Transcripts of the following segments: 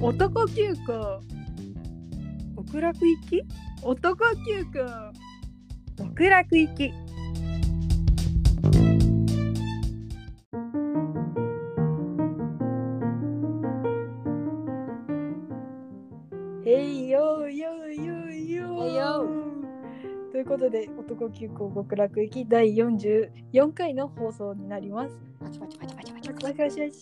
男急行極楽行き男急行極楽行きへいよーよーよーよーはいよということで男急行極楽行き第44回の放送になりますパチパチパチパチパチパチわかしわし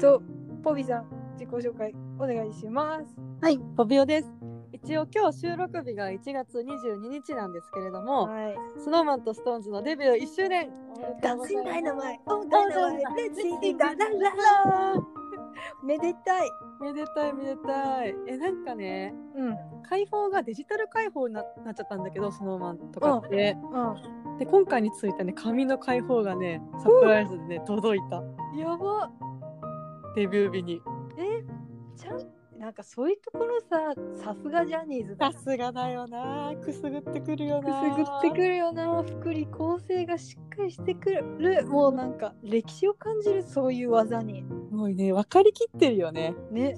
とポビさん自己紹介お願いしますはい、ポビオです。一応今日収録日が1月22日なんですけれども、はいスノーマンとストーンズのデビュー1周年。オンレッツインダナめでたいめでたいめでたい。え、なんかね、うん解放がデジタル解放にななっちゃったんだけど、スノーマンとかって。うで、今回についてね、紙の解放がね、サプライズでね、届いた。んやばデビュー日に。ちゃんなんかそういうところささすがジャニーズださくすすがだよな。くすぐってくるよぐな。ってくるよな福利厚生がしっかりしてくるもうなんか歴史を感じるそういう技にすごいね、分かりきってるよね。ね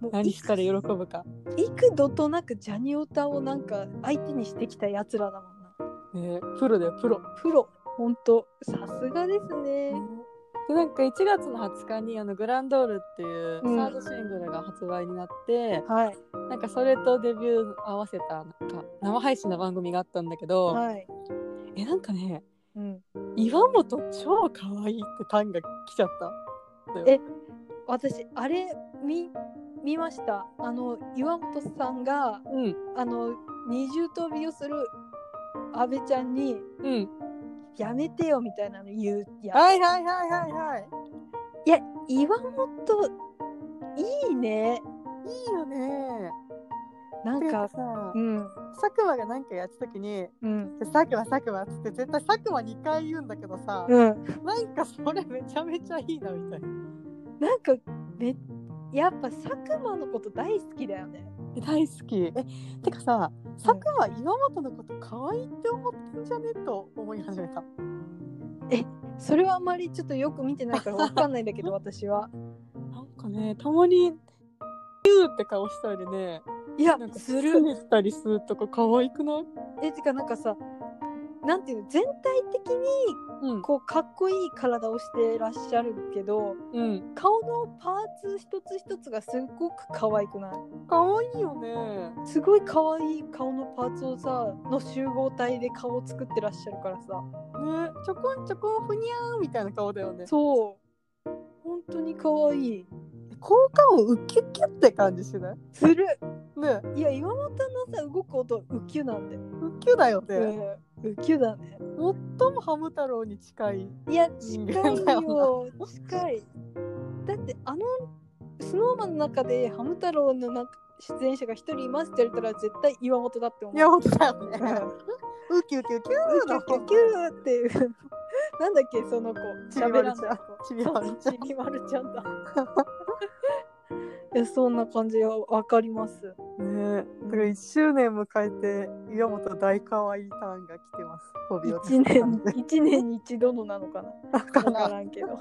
もう何いしたら喜ぶか。幾度となくジャニオタをなんか相手にしてきたやつらだもんなね、プロだよ、プロ。プロほんとさすがですねでなんか1月の20日にあのグランドールっていううんサードシングルが発売になって、はいなんかそれとデビュー合わせたなんか生配信の番組があったんだけど、はいえなんかねうん岩本超可愛いって単が来ちゃった私あれ見見ましたあの岩本さんがうんあの二重跳びをする阿部ちゃんにうん「やめてよ」みたいなの言うやはいはいはいはいはいいや岩本いいねいいよねなんなかんかさうん佐久間が何かやった時にうん「佐久間佐久間」っつって絶対佐久間2回言うんだけどさ、うんなんかそれめちゃめちゃいいなみたいななんかめやっぱ佐久間のこと大好きだよねえ大好きえてかさ佐久間岩本のこと可愛いって思ってんじゃねと思い始めたそれはあんまりちょっとよく見てないからわかんないんだけど私はなんかねたまにキューって顔したりねいや なんかすするるねしたりするとか可愛くないえてかなんかさなんていうの全体的にうんこうかっこいい体をしてらっしゃるけどうん顔のパーツ一つ一つがすごく可愛くない可愛いよねすごい可愛い顔のパーツをさの集合体で顔を作ってらっしゃるからさねちょこんちょこんふにゃーんみたいな顔だよねそう本当に可愛い効果をウキュキュって感じしないするねいや岩本のさ動く音ウキュなんだよ、ウキュだよね、うんウキュだね最もハム太郎に近いいや近人間だいよよ近いだってあのスノーマンの中でハム太郎のなんか出演者が一人いますって言われたら絶対岩本だって思う岩本だよねうんウキュウキュウキュキュキーュだキュキューっていう なんだっけその子ちびまるちゃん喋ちびまらなるいちゃ子ちんびまるちゃんだ いやそんな感じはわかりますねえ、だから1周年迎えて岩本大可愛いターンが来てます。ホビオ一年一年に一度のなのかなだかわかららんけどっ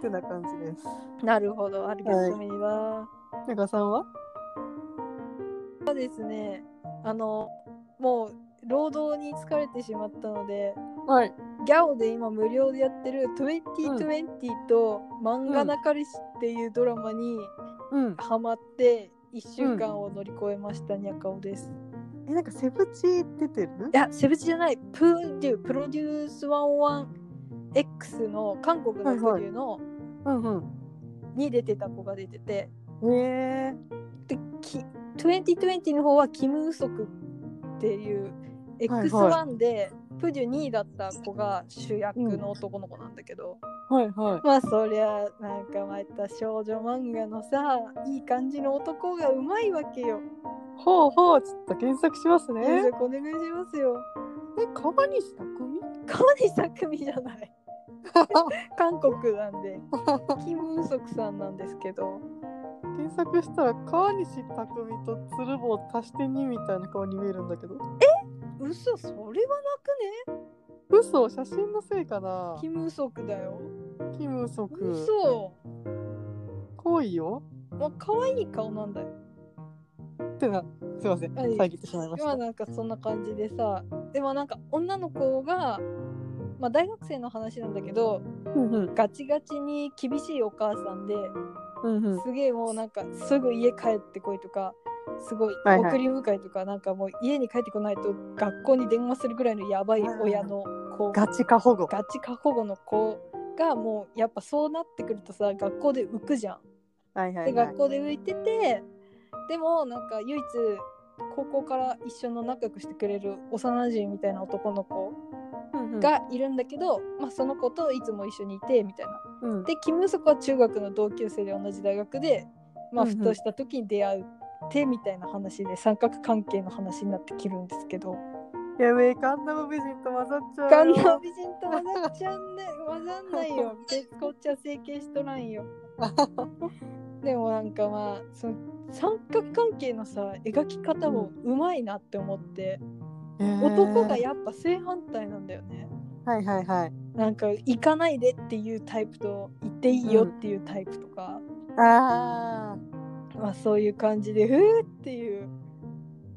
てな感じです。なるほどありがとうございます中さんは？そうですねあのもう労働に疲れてしまったのではい。ギャオで今無料でやってる2020と漫画なかりしっていうドラマにうん。ハマって一週間を乗り越えました、にゃかおですえなんかセブチ出てる？いやセブチじゃないプーデュープロデュース 101X の韓国のプロデューの、うんうん。に出てた子が出ててええでき2020の方はキム・ウソクっていうはい X1 でプデュ2位だった子が主役の男の子なんだけど、はいはまあそりゃなんかまた少女漫画のさいい感じの男がうまいわけよ。い。ほうほうちょっと検索しますね。検索お願いしますよ。え川西匠？川西作美じゃない。韓国なんでキム・ウソクさんなんですけど検索したら川西匠と鶴房足して2みたいな顔に見えるんだけど。嘘それはなくね嘘写真のせいかなキ。ム・ウソクだよ。キムウソク。嘘濃いよ。もう可愛い顔なんだよってなすいませんはい遮ってしまいまし今たなんかそんな感じでさでもなんか女の子が、まあ、大学生の話なんだけどうんうんガチガチに厳しいお母さんで、うんうんすげえもうなんかすぐ家帰ってこいとかすごいはいはい送り迎えとか、なんかもう家に帰ってこないと学校に電話するぐらいのやばい親の子ガチか保護ガチ過保護の子がもうやっぱそうなってくるとさ学校で浮くじゃん。はいはでいはい学校で浮いててでもなんか唯一高校から一緒の仲良くしてくれる幼馴染みたいな男の子うんうんがいるんだけど、まあ、その子といつも一緒にいてみたいな。うんでキム・ソクは中学の同級生で同じ大学で、まあ、うんうんふとした時に出会うってみたいな話で三角関係の話になってきるんですけどやべえガンダム美人と混ざっちゃうガンダよム美人と混ざっちゃうね混ざんない よ別こっちは整形しとらんよでもなんかまあその三角関係のさ描き方もうまいなって思って、えー男がやっぱ正反対なんだよねはいはいはいなんか行かないでっていうタイプと行っていいよっていうタイプとか、あまあそういう感じでふーっていう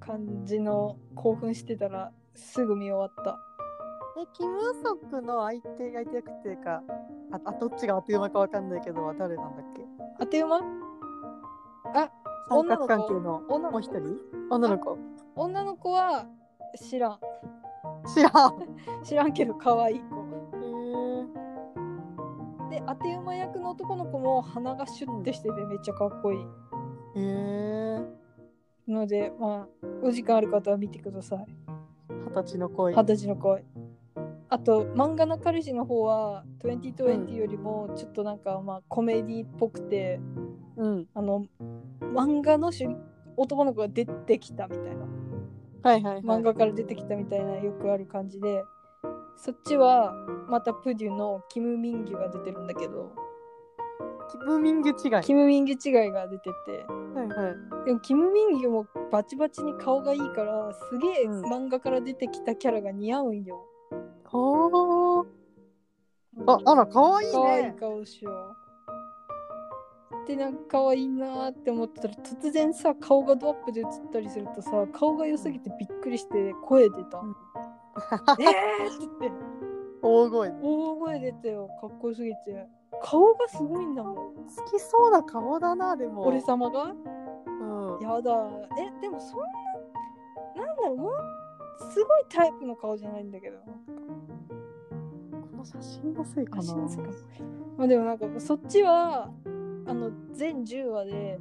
感じの興奮してたらすぐ見終わったーえキム・ソクの相手相手役っていうかああどっちが当て馬かわかんないけどは誰なんだっけあてうま三女の子角関係の女もうの一子人女の子女の子は知らん知らん知らんけど可愛い子であてうま役の男の子も鼻がシュッてしててめっちゃかっこいいへえのでまあお時間ある方は見てください二十歳の恋二十歳の恋あと漫画の彼氏の方は2020よりもちょっとなんかまあコメディっぽくて、うんあの漫画の主男の子が出てきたみたいなはいはいはい漫画から出てきたみたいなよくある感じでそっちはまたプデュのキム・ミンギュが出てるんだけどキム・ミング違いはいキム・ミンギュ違いが出ててはいでもキム・ミンギュもバチバチに顔がいいからすげえうん漫画から出てきたキャラが似合うんよ。ほーああら可愛いね可愛い顔しよう。でなんか可愛いなーって思ってたら突然さ顔がドアップで映ったりするとさ顔が良すぎてびっくりして声出たう。 えーって言って大声好大声出たよかっこよすぎて顔がすごいんだもんきそうな顔だなでも俺様がうんやだえでもそんななんだろうもうすごいタイプの顔じゃないんだけどこの写真のせいかなあそうですかまあでもなんかそっちはあの全10話で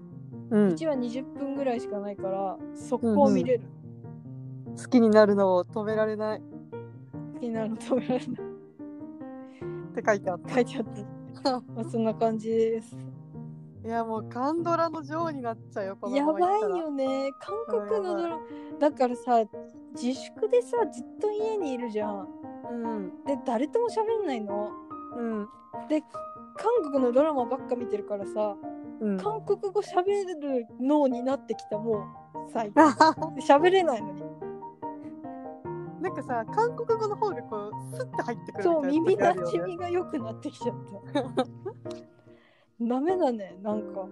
うん1話20分ぐらいしかないから速攻見れる、好きになるのを止められないっ気になるの止め られないて書いてあっ書いてあったた まあそんな感じですいやもうカンドラの女王になっちゃうよこのやまばまい行ったらよね韓国のドラマだからさ自粛でさずっと家にいるじゃんうんで誰とも喋んないのうんで韓国のドラマばっか見てるからさうん韓国語喋る脳になってきたもう最近な喋れないのに んかさ韓国語の方がこうスッて入ってくるそうみ耳たないなじみが良くなってきちゃった ダメだねなんか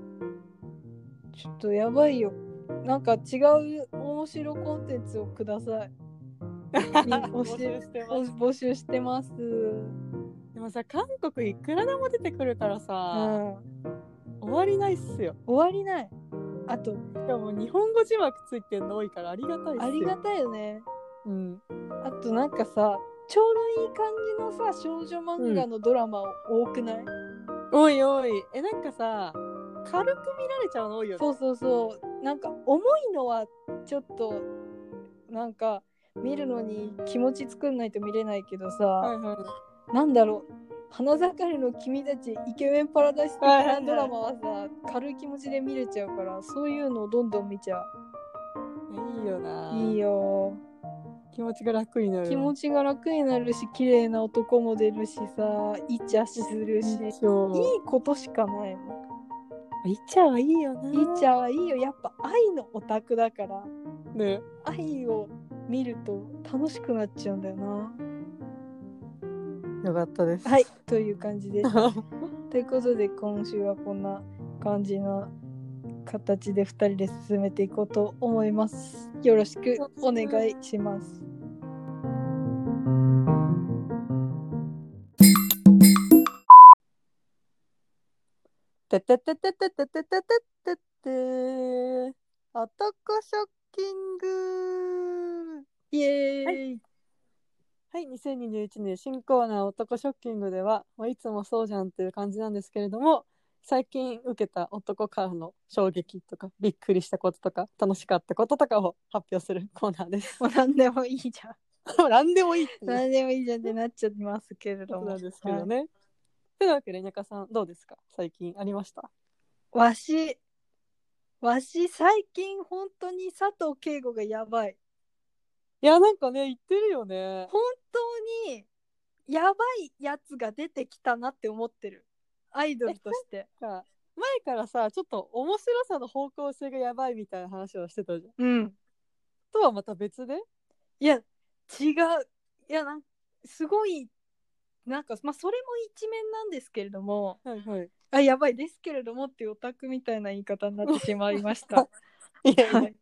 ちょっとやばいよなんか違う面白コンテンツをくださいみ教募え集してます募集してますでもさ韓国いくらでも出てくるからうさ、ん終わりないっすよ終わりないあとしかも日本語字幕ついてるの多いからありがたいっすよありがたいよねうんあとなんかさちょうどいい感じのさ少女漫画のドラマ多くない、おいおいえなんかさ軽く見られちゃうの多いよねそうそうそうなんか重いのはちょっとなんか見るのに気持ち作んないと見れないけどさ、はいはいなんだろう花盛りの君たちイケメンパラダイス的はいはいなはいドラマはさ軽い気持ちで見れちゃうからそういうのをどんどん見ちゃいいよなういいよ気持ちが楽になる気持ちちが楽になるし綺麗な男も出るしさイチャするしいいそうことしかないもいちゃはいいよなんイチャはいいよやっぱ愛のオタクだからね愛を見ると楽しくなっちゃうんだよ な。よかったですはい、 という感じです。ということで今週はこんな感じの形で2人で進めていこうと思います。よろしくお願いします。てててててててててててー男ショッキングイエーイ、はい、2021年新コーナー男ショッキングでは、まあ、いつもそうじゃんっていう感じなんですけれども、最近受けた男からの衝撃とか、びっくりしたこととか、楽しかったこととかを発表するコーナーです。 もう何でもいいじゃん。何でもいいっていう何でもいいじゃんってなっちゃいますけれどことも。なんですけどはいね。というわけで、田舎さん、どうですか最近ありましたわし、わし最近本当に佐藤敬吾がやばい。いや、なんかね、言ってるよね。本当にやばいやつが出てきたなって思ってる。アイドルとして。なんか前からさ、ちょっと面白さの方向性がやばいみたいな話をしてたじゃん。うん。とはまた別でいや、違う。いや、なんすごい、なんか、まあ、それも一面なんですけれども、はいはい。あ、やばいですけれどもっていうオタクみたいな言い方になってしまいまし はた。 いやいやはい。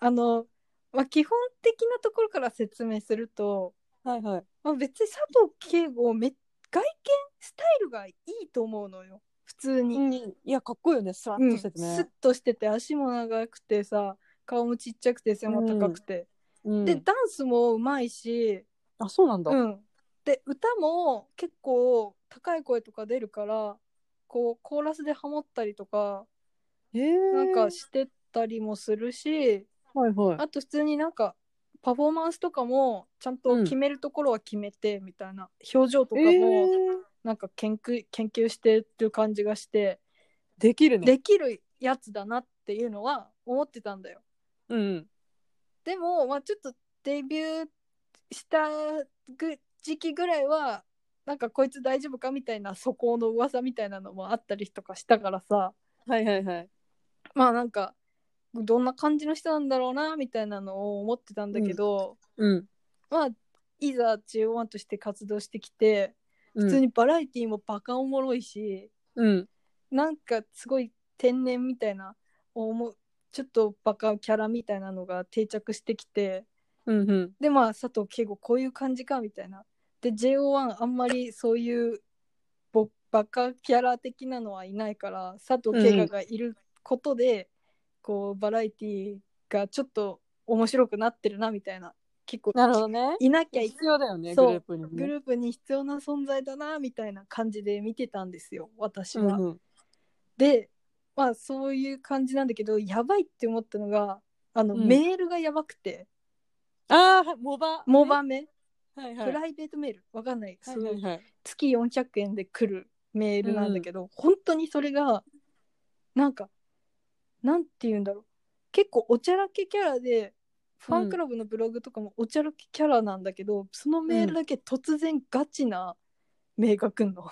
あの、まあ、基本的なところから説明すると、はいはい。まあ、別に佐藤敬吾め外見スタイルがいいと思うのよ普通に、うん、いやかっこいいよねスラうッんとしててスッね、としてて足も長くてさ顔もちっちゃくて背も高くて、うんでダンスもうまいし、あそうなんだ、うん、で歌も結構高い声とか出るからこうコーラスでハモったりとかへえなんかしてたりもするしはいはいあと普通になんかパフォーマンスとかもちゃんと決めるところは決めてみたいな、表情とかも、えーなんか研究研究してっていう感じがして、できるねできるやつだなっていうのは思ってたんだようんでも、まあ、ちょっとデビューしたぐ時期ぐらいはなんかこいつ大丈夫かみたいな素行の噂みたいなのもあったりとかしたからさはいはいはいまあなんかどんな感じの人なんだろうなみたいなのを思ってたんだけど、うんまあいざ JO1 として活動してきて普普通にバラエティーもバカおもろいし、うんなんかすごい天然みたいな思うちょっとバカキャラみたいなのが定着してきてうんうんでまあ佐藤敬吾こういう感じかみたいなで JO1 あんまりそういうぼバカキャラ的なのはいないから佐藤敬吾がいることで、こうバラエティがちょっと面白くなってるなみたいな結構なるほどねいなきゃい必要だよねグそうループにねグループに必要な存在だなみたいな感じで見てたんですよ私は。うんうんでまあそういう感じなんだけどやばいって思ったのがあの、うんメールがやばくてああモバモバメ、はいはいプライベートメールわかんない、はそいはのいはい月400円で来るメールなんだけど、本当にそれがなんかなんて言うんだろう結構おちゃらけキャラでファンクラブのブログとかもおちゃらけキャラなんだけど、そのメールだけ突然ガチなメールが来んの、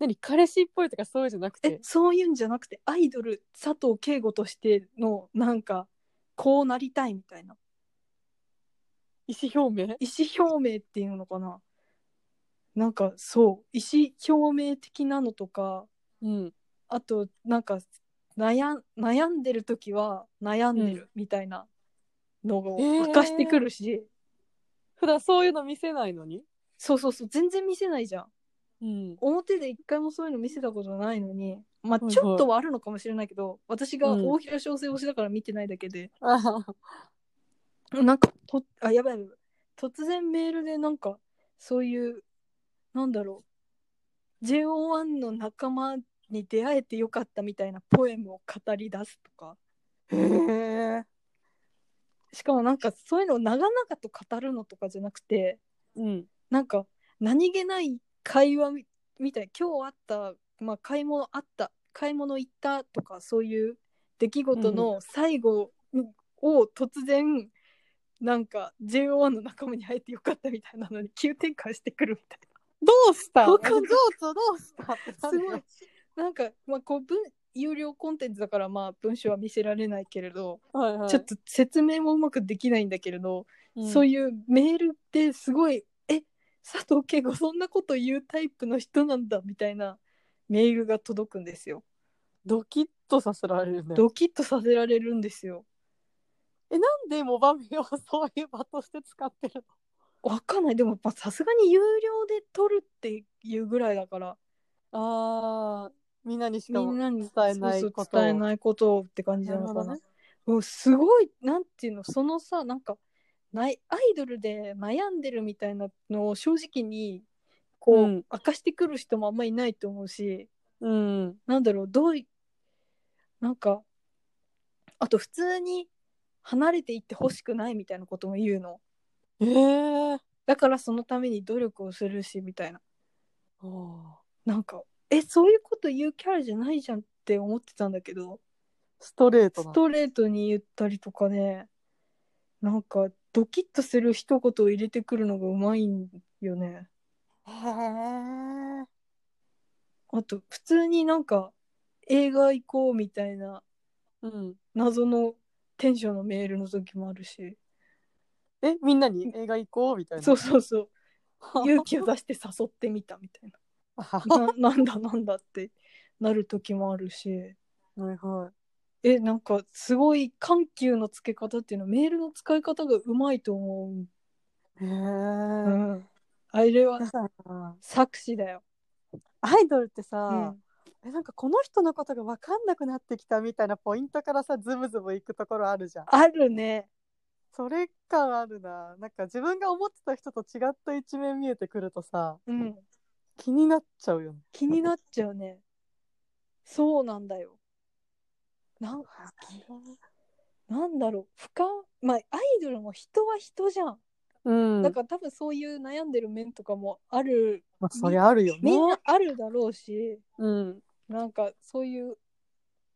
何彼氏っぽいとかそういうじゃなくえてそういうんじゃなくてアイドル佐藤敬吾としてのなんかこうなりたいみたいな意思表明意思表明っていうのかななんかそう意思表明的なのとかうんあとなんか悩ん悩んでる時は悩んでるみたいなのをえー明かしてくるし、普段そういうの見せないのにそうそうそう全然見せないじゃんうん表で一回もそういうの見せたことないのにまあはいはいちょっとはあるのかもしれないけど、私がうん大平小生推しだから見てないだけで、あははなんかとあやばいやばい突然メールでなんかそういうなんだろう JO1 の仲間に出会えてよかったみたいなポエムを語り出すとかへえしかもなんかそういうのを長々と語るのとかじゃなくてうんなんか何気ない会話みみたい今日あった、まあ、買い物あった買い物行ったとかそういう出来事の最後を突然、なんか JO1 の仲間に入ってよかったみたいなのに急展開してくるみたいどうしたどわうかんないぞどうしたってななるすよごいなんか、まあ、こう文有料コンテンツだからまあ文章は見せられないけれど、はいはい、ちょっと説明もうまくできないんだけれど、うんそういうメールってすごい、え佐藤敬吾そんなこと言うタイプの人なんだみたいなメールが届くんですよ。ドキッとさせられるね。ドキッとさせられるんですよ。え、なんでモバミをそういう場として使ってるわかんない。でも、まあさすがに有料で撮るっていうぐらいだから、のああ、みんなにしかみもんなに伝えないそうこそとうを伝えないことをって感じなのかなな。るうんすごい、なんていうの、そのさ、なんか、ないアイドルで悩んでるみたいなのを正直に、こう、うん明かしてくる人もあんまいないと思うし、うん。なんだろう、どうい、なんか、あと普通に離れていってほしくないみたいなことも言うの。ええだからそのために努力をするし、みたいな。ー。なんか、え、そういうこと言うキャラじゃないじゃんって思ってたんだけど、ストレートスな。トレートに言ったりとかね、なんか、ドキッとする一言を入れてくるのがうまいんよね。へえ。あと、普通になんか、映画行こうみたいなうん。謎のテンションのメールの時もあるし。え、みんなに映画行こうみたいな。そうそうそう。 勇気をだ。出して誘ってみたみたいな。ななんだなんだってなる時もあるし。はいはい。え、なんかすごい緩急のつけ方っていうのメールの使い方がうまいと思へえう。うん。あれは作詞だよ。アイドルってうさ、ん。えなんかこの人のことが分かんなくなってきたみたいなポイントからさズブズブいくところあるじゃんあるね。それ感あるななんか自分が思ってた人と違った一面見えてくるとさうん。気になっちゃうよね気になっちゃうね。そうなんだよ。なんなんだろう。不可、まあアイドルも人は人じゃん。うんだから多分そういう悩んでる面とかもある、まあ、そりゃあるよねみんなあるだろうし、うんなんかそういう、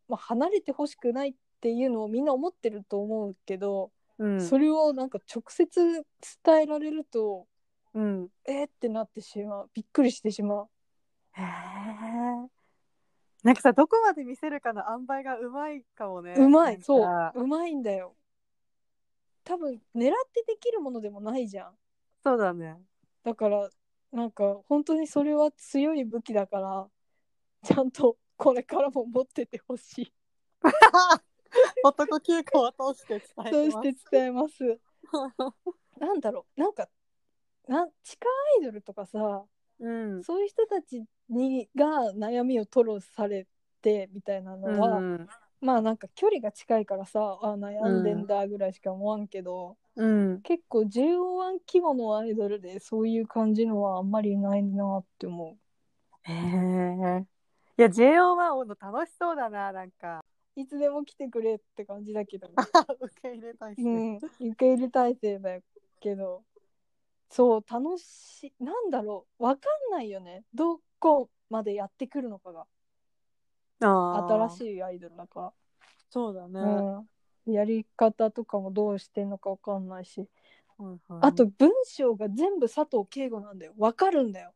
まあ、離れてほしくないっていうのをみんな思ってると思うけど、うんそれをなんか直接伝えられるとうんえー、ってなってしまうびっくりしてしまうへえなんかさどこまで見せるかの塩梅がうまいかもねうまいなんかそううまいんだよ多分狙ってできるものでもないじゃんそうだ ねだからなんか本当にそれは強い武器だからちゃんとこれからも持っててほしい男休暇を通して伝そえうてしまてす伝えますなんだろうなんかなん地下アイドルとかさうんそういう人たちにが悩みを吐露されてみたいなのは、うんまあなんか距離が近いからさあ悩んでんだぐらいしか思わんけど、うん結構 JO1 規模のアイドルでそういう感じのはあんまりないなって思へえ。いや、JO1 をの楽しそうだな、なんか。 ういつでも来てくれって感じだけど、受け入れたいし。うん、受け入れ体制だけどそう楽しいなんだろうわかんないよねどこまでやってくるのかが新新しいアイドルだから。そうだね。うん、やり方とかもどうしてんのかわかんないし、ああと、と文章が全部佐藤敬吾なんだよわかるんだよ、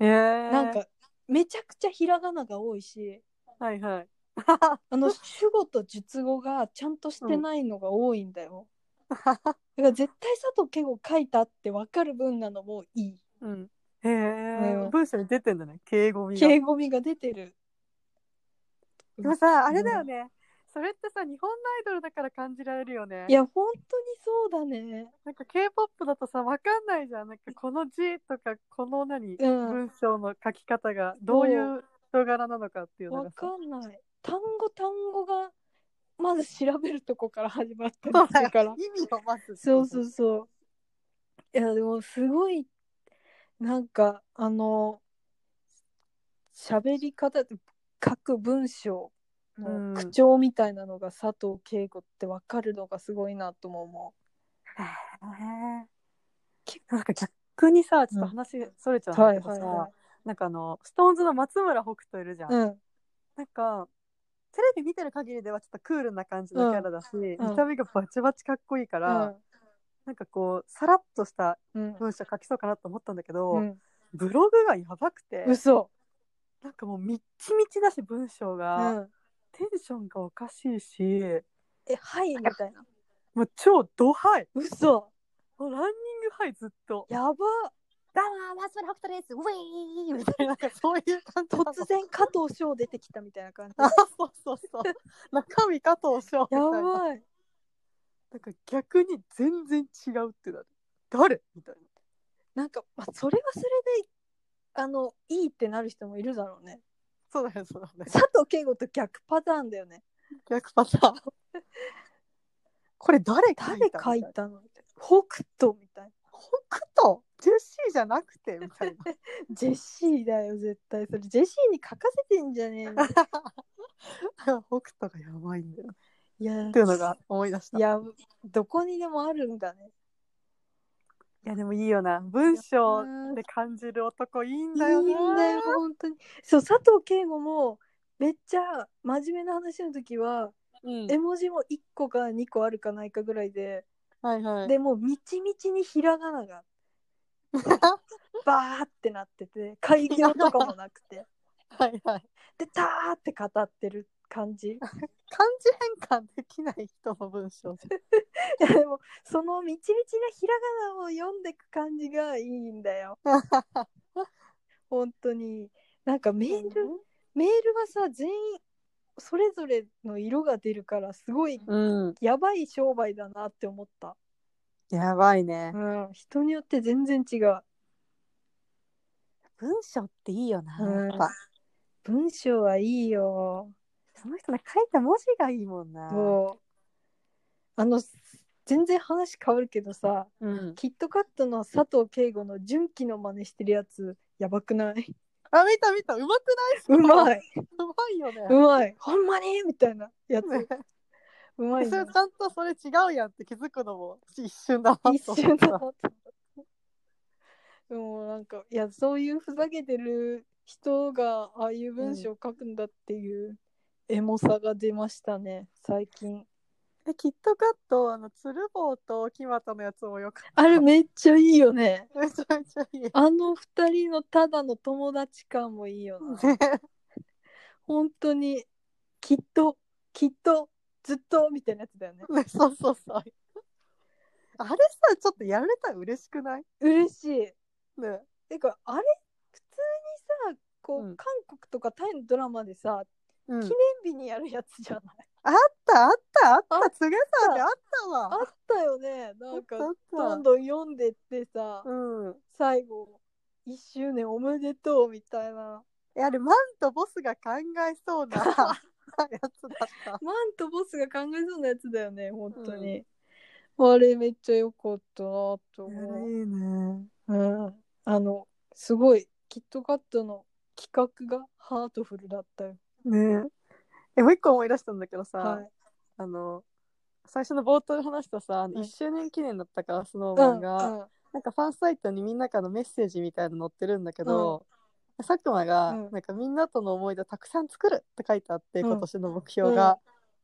えー、なん、かめちゃくちゃひらがなが多いしはいはい。あ の主語と述語がちゃんとしてないのが多いんだよ、だから絶対佐藤敬吾書いたってわかる文なのもいうん。へえ、うん文章に出てんだね。敬語いみが。敬語味が出てるでもさ、あれだよね。それってさ、日本のアイドルだから感じられるよね。いや本当にそうだねなんか K-POP だとさ、わかんないじゃん。なんかこの字とか、この何、うん文章の書き方が、どういう人柄なのかっていうのわがかさ。んない単語単語がまず調べるとこから始まったりするから意味をまず。そうそうそう。いやでもすごいなんかあの喋り方書く文章うんの口調みたいなのが佐藤敬吾って分かるのがすごいなとも思結構なんか逆にさちょっと話それちゃう。うんだはけいどさ、はいはなんかあのストーンズの松村北斗いるじゃん、い。うんなんかテレビ見てる限りではちょっとクールな感じのキャラだし、見た目がバチバチかっこいいから、なんかこうさらっとしたうん文章書きそうかなと思ったんだけど、うん。ブログがやばくて、嘘。なんかもうみっちみちだし文章うが、ん。テンションがおかしいしえはいみたいな。もう超ドハイ嘘。もうランニングハイずっとやば。どうも、松村北斗です。ウェーイみたいな、なんかそういう感じなの突然加藤翔出てきたみたいな感じあ、 そうそうそう。中身加藤翔みたいやな。ばいなんか逆に全然違うってなる。誰みたいな。なんか、まあ、それはそれであのいいってなる人もいるだろうねそうだよ、そうだね。佐藤健吾と逆パターンだよね逆パターン。これ誰書い誰た書いみたたいなのみたいな北斗みたい北斗ジェシーじゃなくてみたいな。なジェシーだよ絶対それジェシーに書かせてんじゃ ねえの北斗がやばいんだよ。いやっていうのが思い出した。いやどこにでもあるんだねいやでもいいよな。文章で感じる男いいんだよね。いいんだよ本当にそう佐藤健吾もめっちゃ真面目な話の時はうん絵文字も1個か2個あるかないかぐらいで、はいはい。でもうみちみちにひらがながバーってなってて開業とかもなくて はいはい。でターって語ってる感じ い漢字変換できない人の文章。やでもそのみちみちなひらがなを読んでく感じがいいんだ よ本当になんかメールメールはさ全員それぞれの色が出るからすごいうん。やばい商売だなって思った、やばいね。うん、人によって全然違う文章っていいよな。うんやっぱ。文章はいいよその人の書いた文字がいいもんな。そうあの全然話変わるけどさうん。キットカットの佐藤敬吾の純喜の真似してるやつやばくないあ、見た見た。うまくなういまい。いうまいよね。うまいほんまにみたいなやつねうまい そなれちゃんとそれ違うやんって気づくのも一瞬だなと思っ一た瞬だなと思ったでもなんかいやそういうふざけてる人がああいう文章を書くんだっていうエモさが出ましたね最近えキットカットあの鶴房と木俣のやつもよかっあれめっちゃいいよねためちゃめちゃいいあの二人のただの友達感もいいよなね本当にきっときっとずっとみたいなやつだよねね そうそうそうあれさちょっとやられたら嬉しくない嬉しいねてかあれ普通にさこう、うん韓国とかタイのドラマでさうん、あっ記念日にやるやつじゃない、たあったあっあたつげさんであったわあったよねなんかあったあどっんどん読んでってさ、たうん最後1周年おめでとうみたいなえあれマンとボスが考えそうな やつだったマンとボスが考えそうなやつだよね本当に、あれめっちゃ良かったなと思う、いねうん、あのすごいキットカットの企画がハートフルだったよねえもう一個思い出したんだけどさ、はいあの最初の冒頭で話したさ、ん1周年記念だったからスノうーマんンが、なんかファンサイトにみんなからのメッセージみたいなの載ってるんだけど、佐久間が、うんなんかみんなとの思い出をたくさん作るって書いてあって、うん今年の目標が、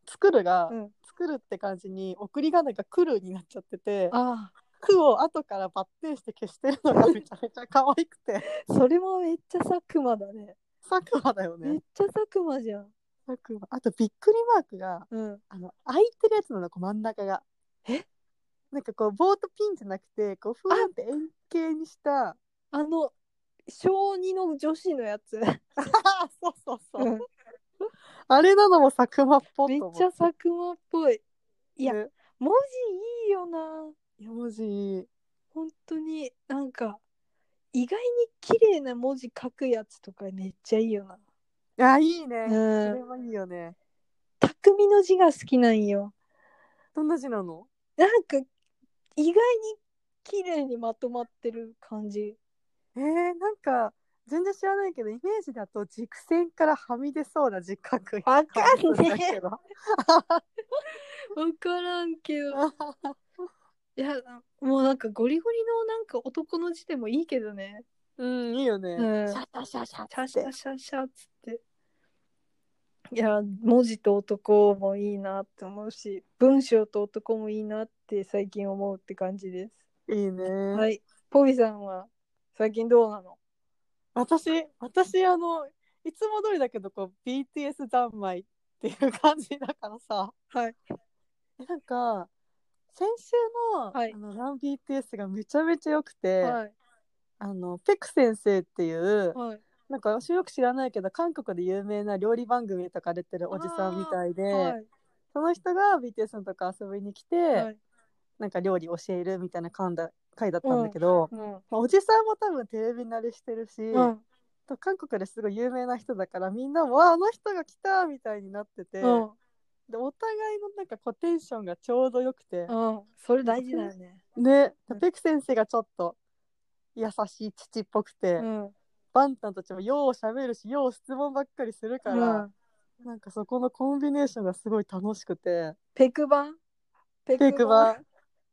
作るが、うん作るって感じに送り仮名が来るになっちゃっててあ句を後からバッテンして消してるのがめちゃめちゃ可愛くて あそれもめっちゃ佐久間だね佐久間だよめっねちゃ佐久間じゃん佐久間あとびっくりマークがうんあの空いてるやつなのこう真ん中がえなんかこうボートピンじゃなくてこうふーんって円形にしたあの小二の女子のやつ あそうそうそううんあれなのも佐久間っぽめっと思っちてゃ佐久間っぽいいやね文字いいよな文字いい本当になんか意外に綺麗な文字書くやつとかめっちゃいいよなあいいね、そうんれはいいよね匠の字が好きなんよどんな字なのなんか意外に綺麗にまとまってる感じえー、なんか全然知らないけどイメージだと軸線からはみ出そうな字書くわかん ねえ感じだけど分からんけどいやもうなんかゴリゴリのなんか男の字でもいいけどねうんいいよね、うんシャシャシャシャっシャてシャシャシャっつっていや文字と男もいいなって思うし文章と男もいいなって最近思うって感じですいいね、はいポビさんは最近どうなの私私あのいつも通りだけどこう BTS 三昧っていう感じだからさはいえなんか先週の,、はいあのラン BTS がめちゃめちゃ良くて、はいあのペク先生っていうはい。なんか私よく知らないけど韓国で有名な料理番組とか出てるおじさんみたいで、はい。その人が BTS のとか遊びに来て、はい。なんか料理教えるみたいな回だ回だったんだけど、うん。まあ、おじさんも多分テレビ慣れしてるし、うん。と韓国ですごい有名な人だからみんなも「わああの人が来た!」みたいになってて、うん。でお互いのなんかこうテンションがちょうどよくて、うん。それ大事だよね。ねうんペク先生がちょっと優しい父っぽくて、うん。バンタンたちもよう喋るしよう質問ばっかりするから、なんかそこのコンビネーションがすごい楽しくてペク版ペペクバン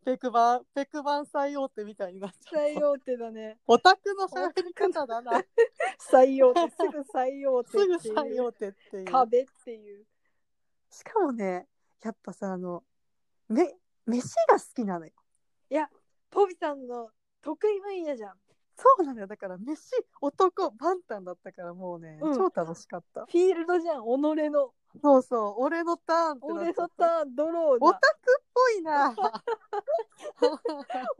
ペクバンペクバン最大手みたいになっちゃ最った大手だね。オタクの喋り方 だな最大手。すぐ最大手ってすいぐう。最大手っていう。壁っていう。しかもねやっぱさあのめ飯が好きなのよポビさんの得意分野じゃん。そうなのよだから飯男万端だったからもうね、うん超楽しかったフィールドじゃん。己の。そうそう俺のターンってなっ俺のちゃタったーン、ドローオだタ。クっぽい なオ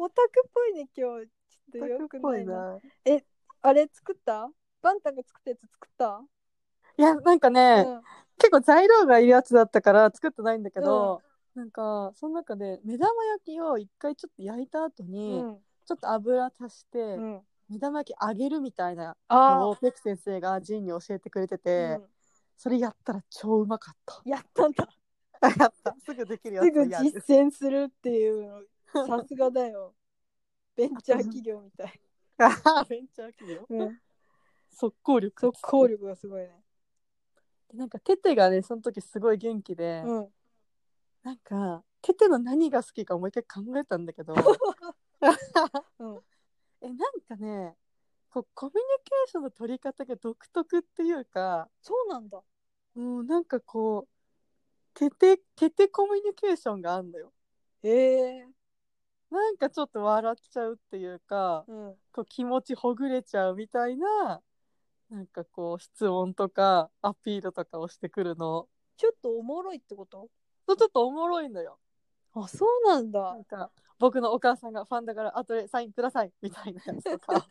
タクっぽいね、今日。ちょっとよくないな。なあれ作ったバンタンが作ったやつ作った、いやなんかうね、ん、結構材料がいるやつだったから作ってないんだけど、なんかその中で目玉焼きを一回ちょっと焼いた後に、うんちょっと油足して、うん。目玉焼き揚げるみたいなのあをペク先生がジンに教えてくれてあ、て、それやったら超うまかったう。んやったんだ。やった。すぐできるやつすぐや実践するっていうの、さすがだよ。ベンチャー企業みたい。ベンチャー企業。うん、速攻力。速攻。力がすごいね。なんかテテがね、その時すごい元気で、うん。なんか、テテの何が好きかもう一回考えたんだけ ど、うん、え、なんかね、こうコミュニケーションの取り方が独特っていうか、そうなんだ。もうなんかこう、テテ、テテコミュニケーションがあんのよ。へえなんかちょっと笑っちゃうっていうか、うん。こう気持ちほぐれちゃうみたいな、なんかこう質問とかアピールとかをしてくるの。ちょっとおもろいってことそうちょっとおもろいのよ。あ、そうなんなだん。か僕のお母さんがファンだから後でサインくださいみたいなやつと か、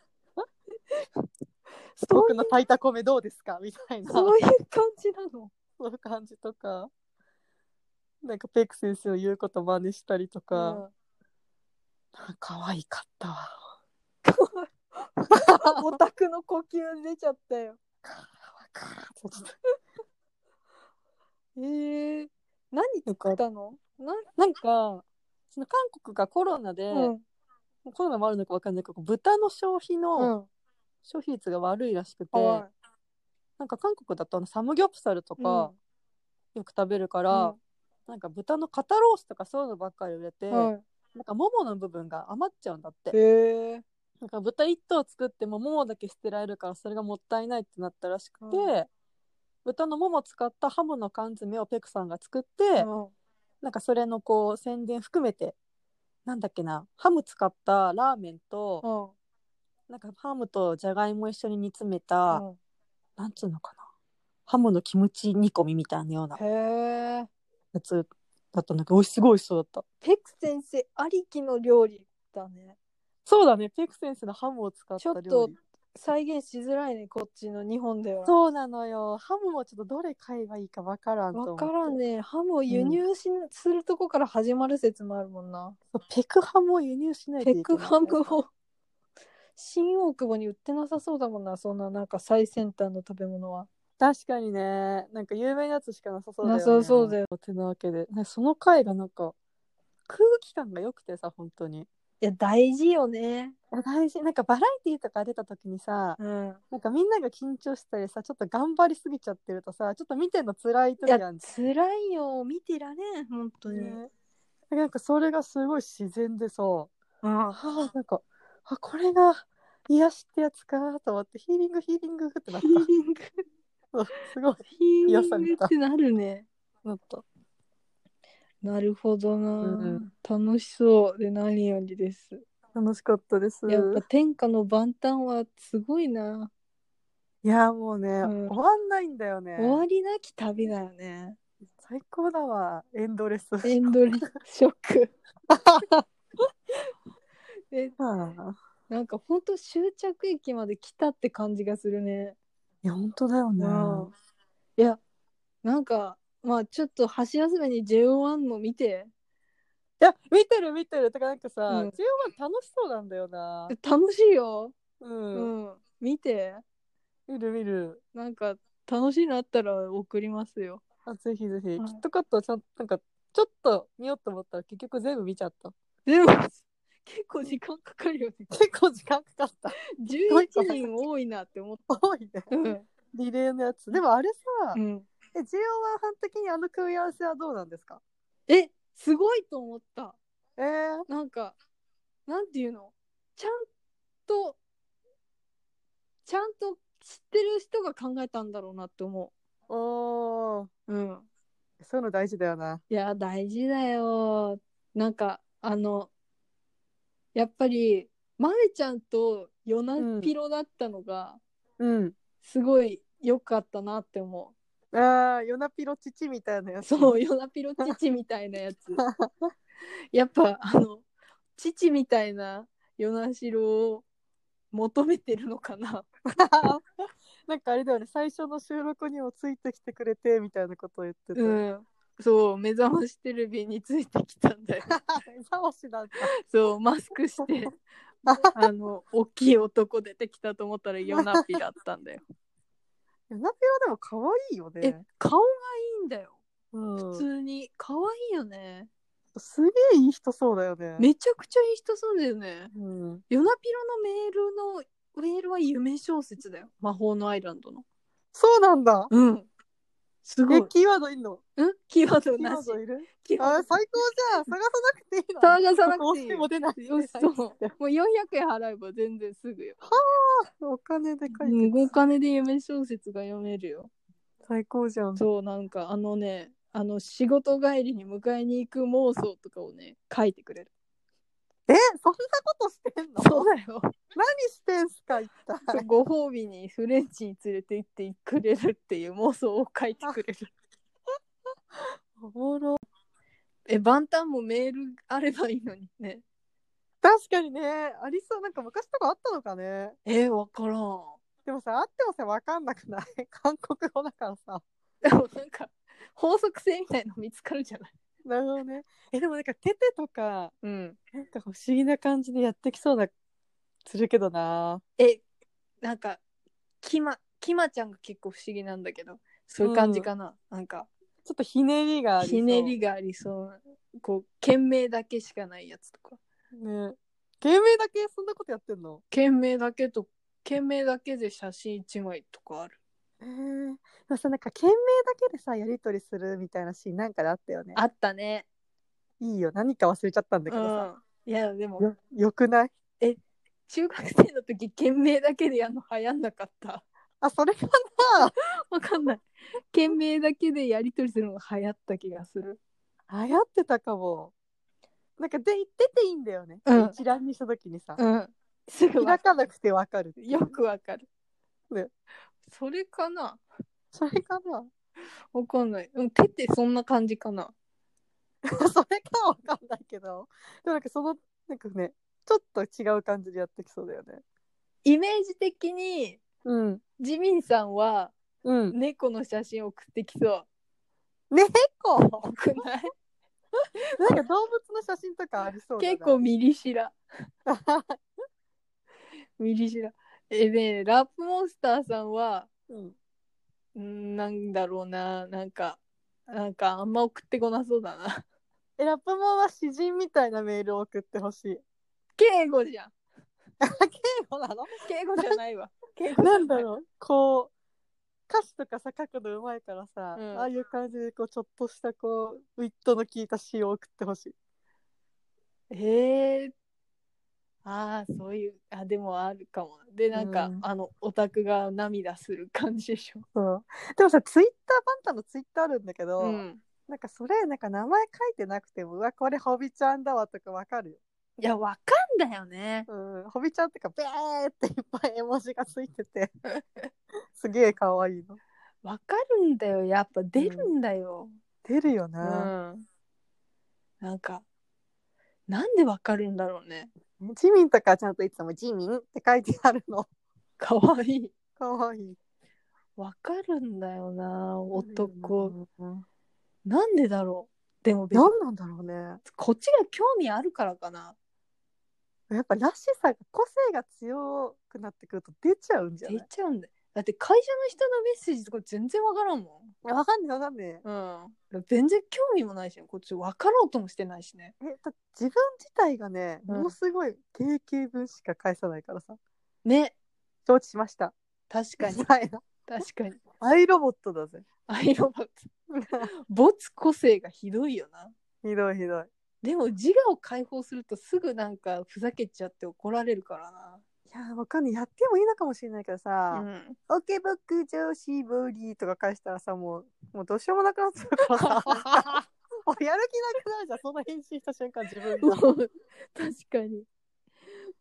そう僕の炊いた米どうですかみたいなそういう感じなの。そういう感じとか、なんかペク先生の言うこと真似したりとか、なん、可愛かったわ。うん、オタクの呼吸出ちゃったよ。可愛かったええ何作ったのななんか、その韓国がコロナで、うんコロナもあるのかわかんないけど、こう豚の消費の、うん消費率が悪いらしくて、はなんか韓国だとあのサムギョプサルといかよく食べるから、うんなんか豚の肩ロースとかそういうのばっかり売れて、はなんかももの部分が余っちゃうんだっい。てへえ。なんか豚一頭作ってもももだけ捨てられるからそれがもったいないってなったらしくて、う豚のもも使ったハムの缶詰をペクさんが作って、うんなんかそれのこう宣伝含めてなんだっけなハム使ったラーメンと、うんなんかハムとじゃがいも一緒に煮詰めた、うんなんつうのかなハムのキムチ煮込みみたいなようなへえ。やつだったんだけどおいすごい美味しそうだったペク先生ありきの料理だね。そうだねペク先生のハムを使ったちょ料っ理と再現しづらいね、こっちの日本では。そうなのよハムもちょっとどれ買えばいいかわからんと思わってからんね。ハムを輸入し、するとこから始まる説もあるもんな。そうペクハムを輸入しないといペけクないハムを新大久保に売ってなさそうだもんな、そんななんか最先端の食べ物は。確かにねなんか有名なやつしかなさそうだよねなさそうだよてなわけでねその回がなんか空気感が良くてさ本当にいや、大事よね。いや大事なんかバラエティーとか出た時にさうん。なんかみんなが緊張したりさちょっと頑張りすぎちゃってるとさちょっと見てんの辛いい時や、あるじ辛いよ。見てられん、本当ゃんに。ねなんかそれがすごい自然でさうんあーなんかあこれが癒しってやつかと思ってヒーリングヒーリング ってなっヒ ーリング、たすごいヒー癒リさンれグたってなるね。なったなるほどな、うん楽しそうで何よりです。楽しかったですやっぱ天下の万端はすごいな。いやもうね、うん終わんないんだよね終わりなき旅だよね。最高だわエンドレス エ ンドレスショック。えあーなんかほんと終着駅まで来たって感じがするね。いや、本当だよね。うんいやなんかまあちょっと箸休めに JO1 も見ていや、見てる見てる。てか、なんかさ、うん JO1 楽しそうなんだよな。楽しいよ、ううん。ん見て見る見る。なんか楽しいのあったら送りますよあ、ぜひぜひ。はいキットカットはちゃんなんか、ちょっと見ようと思ったら結局全部見ちゃった。でも 結構時間かかるよ ね結構時間かかった。 11人多いなって思った多いね。うん、リレーのやつ。でもあれさ、うん、え、JO1 班的にあの組み合わせはどうなんですかえすごいと思ったえー、なんかなんていうのちゃんとちゃんと知ってる人が考えたんだろうなって思おー。ううんそういうの大事だよな。いや大事だよなんかあのやっぱりまめちゃんとヨナピロだったのがうん。すごい良かったなって思ああ、ヨナピロ父みたいなう、 やつ。そうヨナピロ父みたいなやつやっぱあの父みたいなヨナシロを求めてるのかななんかあれだよね、最初の収録にもついてきてくれてみたいなことを言ってて。 うんそう目覚ましテレビについてきたんだ よ目覚ましだった。そうマスクして あの大きい男出てきたと思ったらヨナピだったんだよヨナピロでも可愛いよえね。顔がいいんだようん普通に可愛いよねすげえいい人そうだよね。めちゃくちゃいい人そうだよねうん、ヨナピロのメールのメールは夢小説だよ魔法のアイランドのそうなんだ。うんすごいえ、キーワードいんのうんキーワードキーワなーしドいるキーワーあード最高じゃん探さなくていいな。探さなくていいどうしても出ない。そうもう400円払えば全然すぐよお金でかい、うんお金で夢小説が読めるよ最高じゃん。そうなんかあのねあの仕事帰りに迎えに行く妄想とかをね書いてくれるえ、そんなことしてんのそうだよ何してんすか一体。ご褒美にフレンチに連れて行ってくれるっていう妄想を書いてくれる。おもろ。え、万端もメールあればいいのにね。確かにね、ありそう。なんか昔とかあったのかね。え、わからん。ででもさ、あってもさ、わかんなくない 韓国語だからさ。もなんか、法則性みたいの見つかるじゃないなるほどね。え、でもなんか、テテとか、うん。なんか不思議な感じでやってきそうな、するけどな。え、なんか、きま、きまちゃんが結構不思議なんだけど、そういう感じかな。なんか、ちょっとひねりがありそう。ひねりがありそう。こう、件名だけしかないやつとか。ね。芸名だけそんなことやってんの件名だけと、件名だけで写真一枚とかある。えー、でもさ、なんか、件名だけでさ、やりとりするみたいなシーンなんかであったよね。あったね。いいよ。何か忘れちゃったんだけどさ。うん。いや、でも、よよくない中学生の時件名だけでやるの流行んなかったあ、それかな わかんない件名だけでやり取りするのが流行った気がする流行ってたかも。なんか、で、出ていいんだよね。うん一覧にしたときにさ。うんすぐわ開かなくてわかる。よくわかる、ねそれかなそれかな わかんないうん手ってそんな感じかなそれかはわかんないけど。でもなんかその、なんかね、ちょっと違う感じでやってきそうだよね。イメージ的にうん。ジミンさんはうん。猫の写真送ってき そう猫なんか多くない動物の写真とかありそうだな結構。ミリシラミリシラえねラップモンスターさんはうん。うんなんだろうな、なんか、なんかあんま送ってこなそうだな。 え、ラップモンは詩人みたいなメールを送ってほしい。敬語じゃん。あ、敬語なの敬語じゃないわ。敬語じゃ なんだろうこう歌詞とかさ書くのうまいからさ、うんああいう感じでこうちょっとしたこうウィットの効いた詩を送ってほしいへえああ、そういう、あ、でもあるかも。で、なんか、うんあの、オタクが涙する感じでしょ。そうでもさツイッターバンタのツイッターあるんだけど、うん。なんかそれなんか名前書いてなくてもうわこれホビちゃんだわとかわかるよ、いや、わかんだよね。うん、ホビちゃんってかベーっていっぱい絵文字がつい ててすげえかわいいのわかるんだよ。やっぱ出るんだよ。出るような、ん。なんか、なんでわかるんだろうね。ジミンとかちゃんといつもジミンって書いてあるの。 かわいい。かわいい。わかるんだよな、男。。なんでだろう。でも別に何なんだろうね。こっちが興味あるからかな。やっぱらしさが個性が強くなってくると出ちゃうんじゃ出ないちゃうんだよ。だって会社の人のメッセージとか全然わからんもわかんねえわかんねん。うん。全然興味もないしね、こっちわかろうともしてないしね。え。えだって自分自体がね、うんものすごい定型文しか返さないからさ。ね。承知しました。確か にみ。たいな確かに。アイロボットだぜ。アイロバット。没個性がひどいよな。ひどいひどい。でも自我を解放するとすぐなんかふざけちゃって怒られるからいやーわかんない。やってもいいのかもしれないけどな。さ、ん。オケブック上司ボリーとか返したらさ、もう、もうどうしようもなくなっちゃうからさ、もうやる気なくなるじゃん。その返信した瞬間自分もが。う 確かに。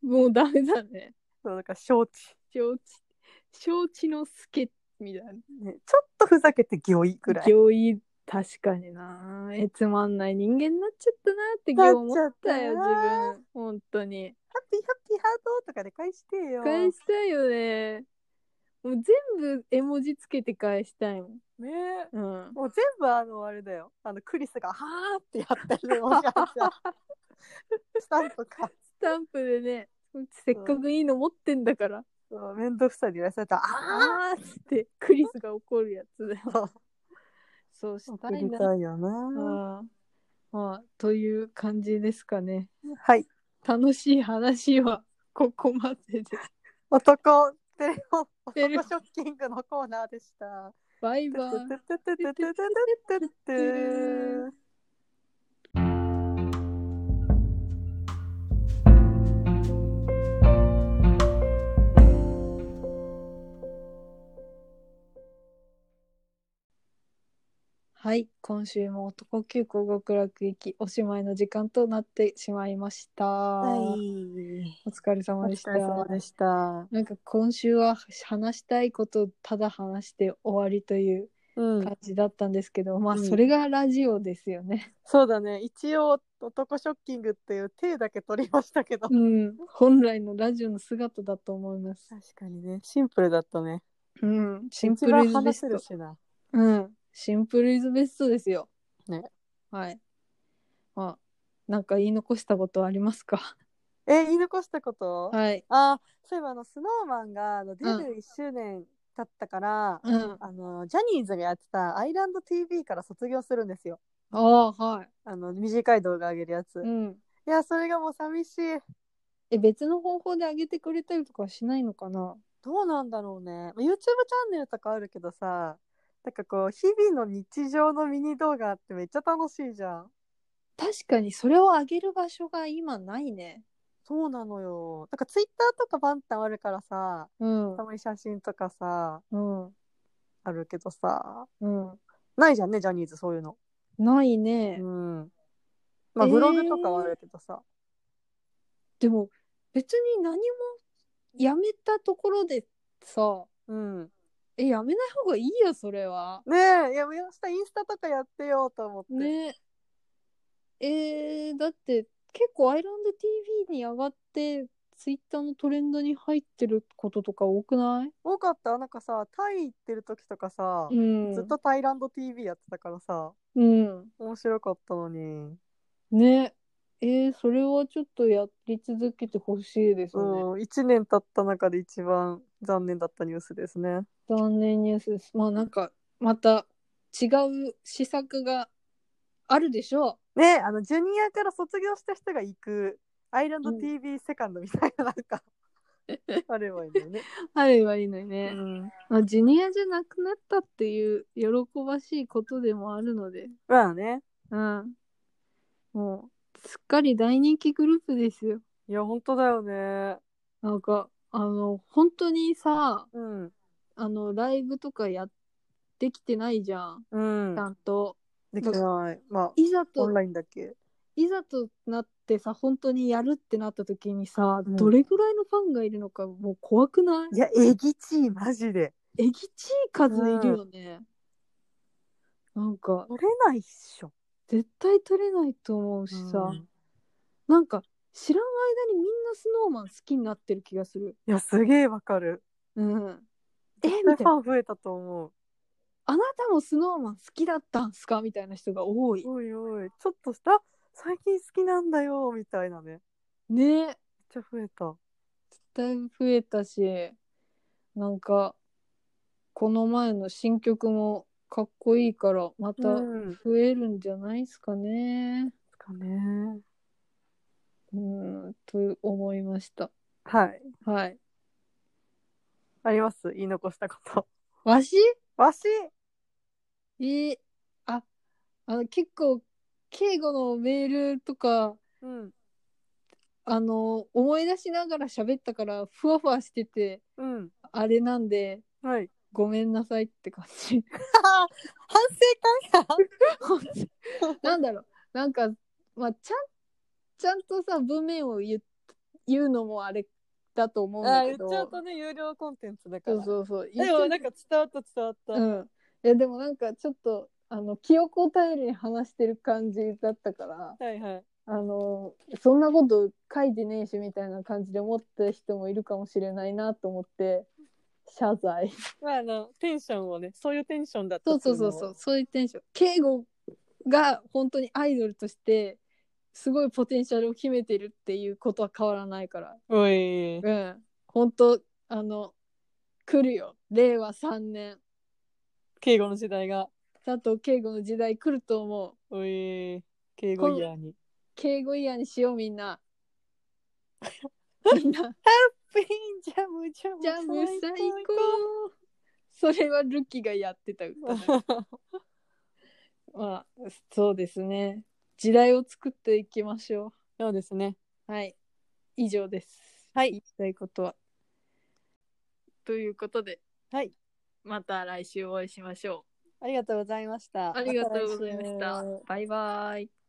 もうダメだね。そうなんか承知。承知、承知の助みたいな。ね、ちょっとふざけて行為ぐらい。行為確かになえつまんない人間になっちゃったなって今日思ったよな自っちゃったな分本当にハッピーハッピーハートとかで返してよ。返したいよねもう全部絵文字つけて返したいもんねうんもう全部あの、あれだよ。あの、クリスが、はーってやってる文字 がさ、スタンプか。スタンプでねせっかくいいの持ってんだから、そう面倒くさいで言わせたら、ああーっつってクリスが怒るやつだよーと そうした送いりなたいよな。あまあという感じですかねはい。楽しい話はここまでで男、テレオ、テレオ男ショッキングのコーナーでした。バイバイはい、今週も男急行極楽行きおしまいの時間となってしまいました。はい。お疲れ様おでした疲。れ様でした。なんか今週は話したいことをただ話して終わりといううん感じだったんですけど、まあうんそれがラジオですよね。そうだね一応男ショッキングっていう手だけ取りましたけどうん、 本来のラジオの姿だと思います。確かにねシンプルだったねうん、シンプルイ一ズ番ベ話せスるト。しなうん、シンプルイズベストですよ。ね。はい。まあなんか言い残したことはありますか。え言い残したこと、はい。あそういえばあのスノーマンがあのデビュうー1周年経ったから、うん。ああのジャニーズがやってたアイランド TV から卒業するんですよあはい。あの短い動画上げるやつ、ういん。やそれがもう寂しいえ別の方法で上げてくれたりとかはしないのかなどうなんだろうね YouTube チャンネルとかあるけどさなんかこう日々の日常のミニ動画ってめっちゃ楽しいじゃん確かにそれを上げる場所が今ないねそうなのよ。なんかツイッターとかバンタンあるからさ、うんたまに写真とかさ、うんあるけどさ、うんないじゃんね、ジャニーズそういうの。ないうね、ん。まあ、えーブログとかはあるけどさ。でも別に何もやめたところでさうん。えやめない方がいいよそれはねえ、いや、明日インスタとかやってよと思って。ねえーだって結構アイランド TV に上がってツイッターのトレンドに入ってることとか多くない多かったなんかさ、タイ行ってる時とかさ、うんずっとタイランド TV やってたからさ、うん面白かったのに。ねえーそれはちょっとやり続けてほしいですね、うん、1年経った中で一番残念だったニュースですね。残念ニュースですまあなんかまた違う施策があるでしょねあのジュニアから卒業した人が行くアイランドうん TV セカンドみたいななん か、あれはいいんだよね。うあればいいのにうね、ん、まあ、ジュニアじゃなくなったっていう喜ばしいことでもあるのでまあねうんもうすっかり大人気グループですよいや本当だよね。なんかあの本当にさうんあのライブとかやってきてないじゃんうんちゃんとできてない。まあいざオとンラインだっけ。いざとなってさ本当にやるってなった時にさ、うんどれぐらいのファンがいるのかもう怖くないいやえぎちいマジで。えぎちい数いるよね、なんか取れないっしょ。絶対取れないと思うしさ、なんか知らん間にみんなスノーマン好きになってる気がする。いや、すげえわかる。うん。え絶み対たいフな。ァン増えたと思う。あなたもスノーマン好きだったんすかみたいな人が多い。おいおい、ちょっとした、あ最近好きなんだよ、みたいなね。ねえ。めっちゃ増えた。だいぶ増えたしなんかこの前の新曲もかっこいいからまたうん増えるんじゃないですかね、ですかね。うん、と思いましたはい。はいあります言い残したこと。わしわしえーああの結構敬語のメールとかうん。あの思い出しながら喋ったからふわふわしててうん。あれなんではい。ごめんなさいって感じ 反省会 なんだろうなんか、まあ、ちゃんちゃんとさ文面を言う言うのもあれだと思うんだあーけ言どっちゃうとね、有料コンテンツだかそら。うそうそう言っちでゃもうなんか伝わった伝わった。うんいやでもなんかちょっとあの記憶を頼りに話してる感じだったからはいはい。あのそんなこと書いてねえしみたいな感じで思った人もいるかもしれないなと思って謝罪まああの、テンションをね、そういうテンションだったそうってそいうそうのをそう。そういうテンション敬語が本当にアイドルとしてすごいポテンシャルを秘めてるっていうことは変わらないからおい。うん本当あの来るよ令和3年敬語の時代が。佐藤敬語の時代来ると思うおい。敬語イヤーに。敬語イヤーにしようみん なみんなピ ンジャムジャムジャム最高それはルキがやってた歌だ まあそうですね時代を作っていきましょ そうですね。うはい以上ですはい言いたいことはということではい。また来週お会いしましょありがとうございました。うありがとうございましたた来週バイバイ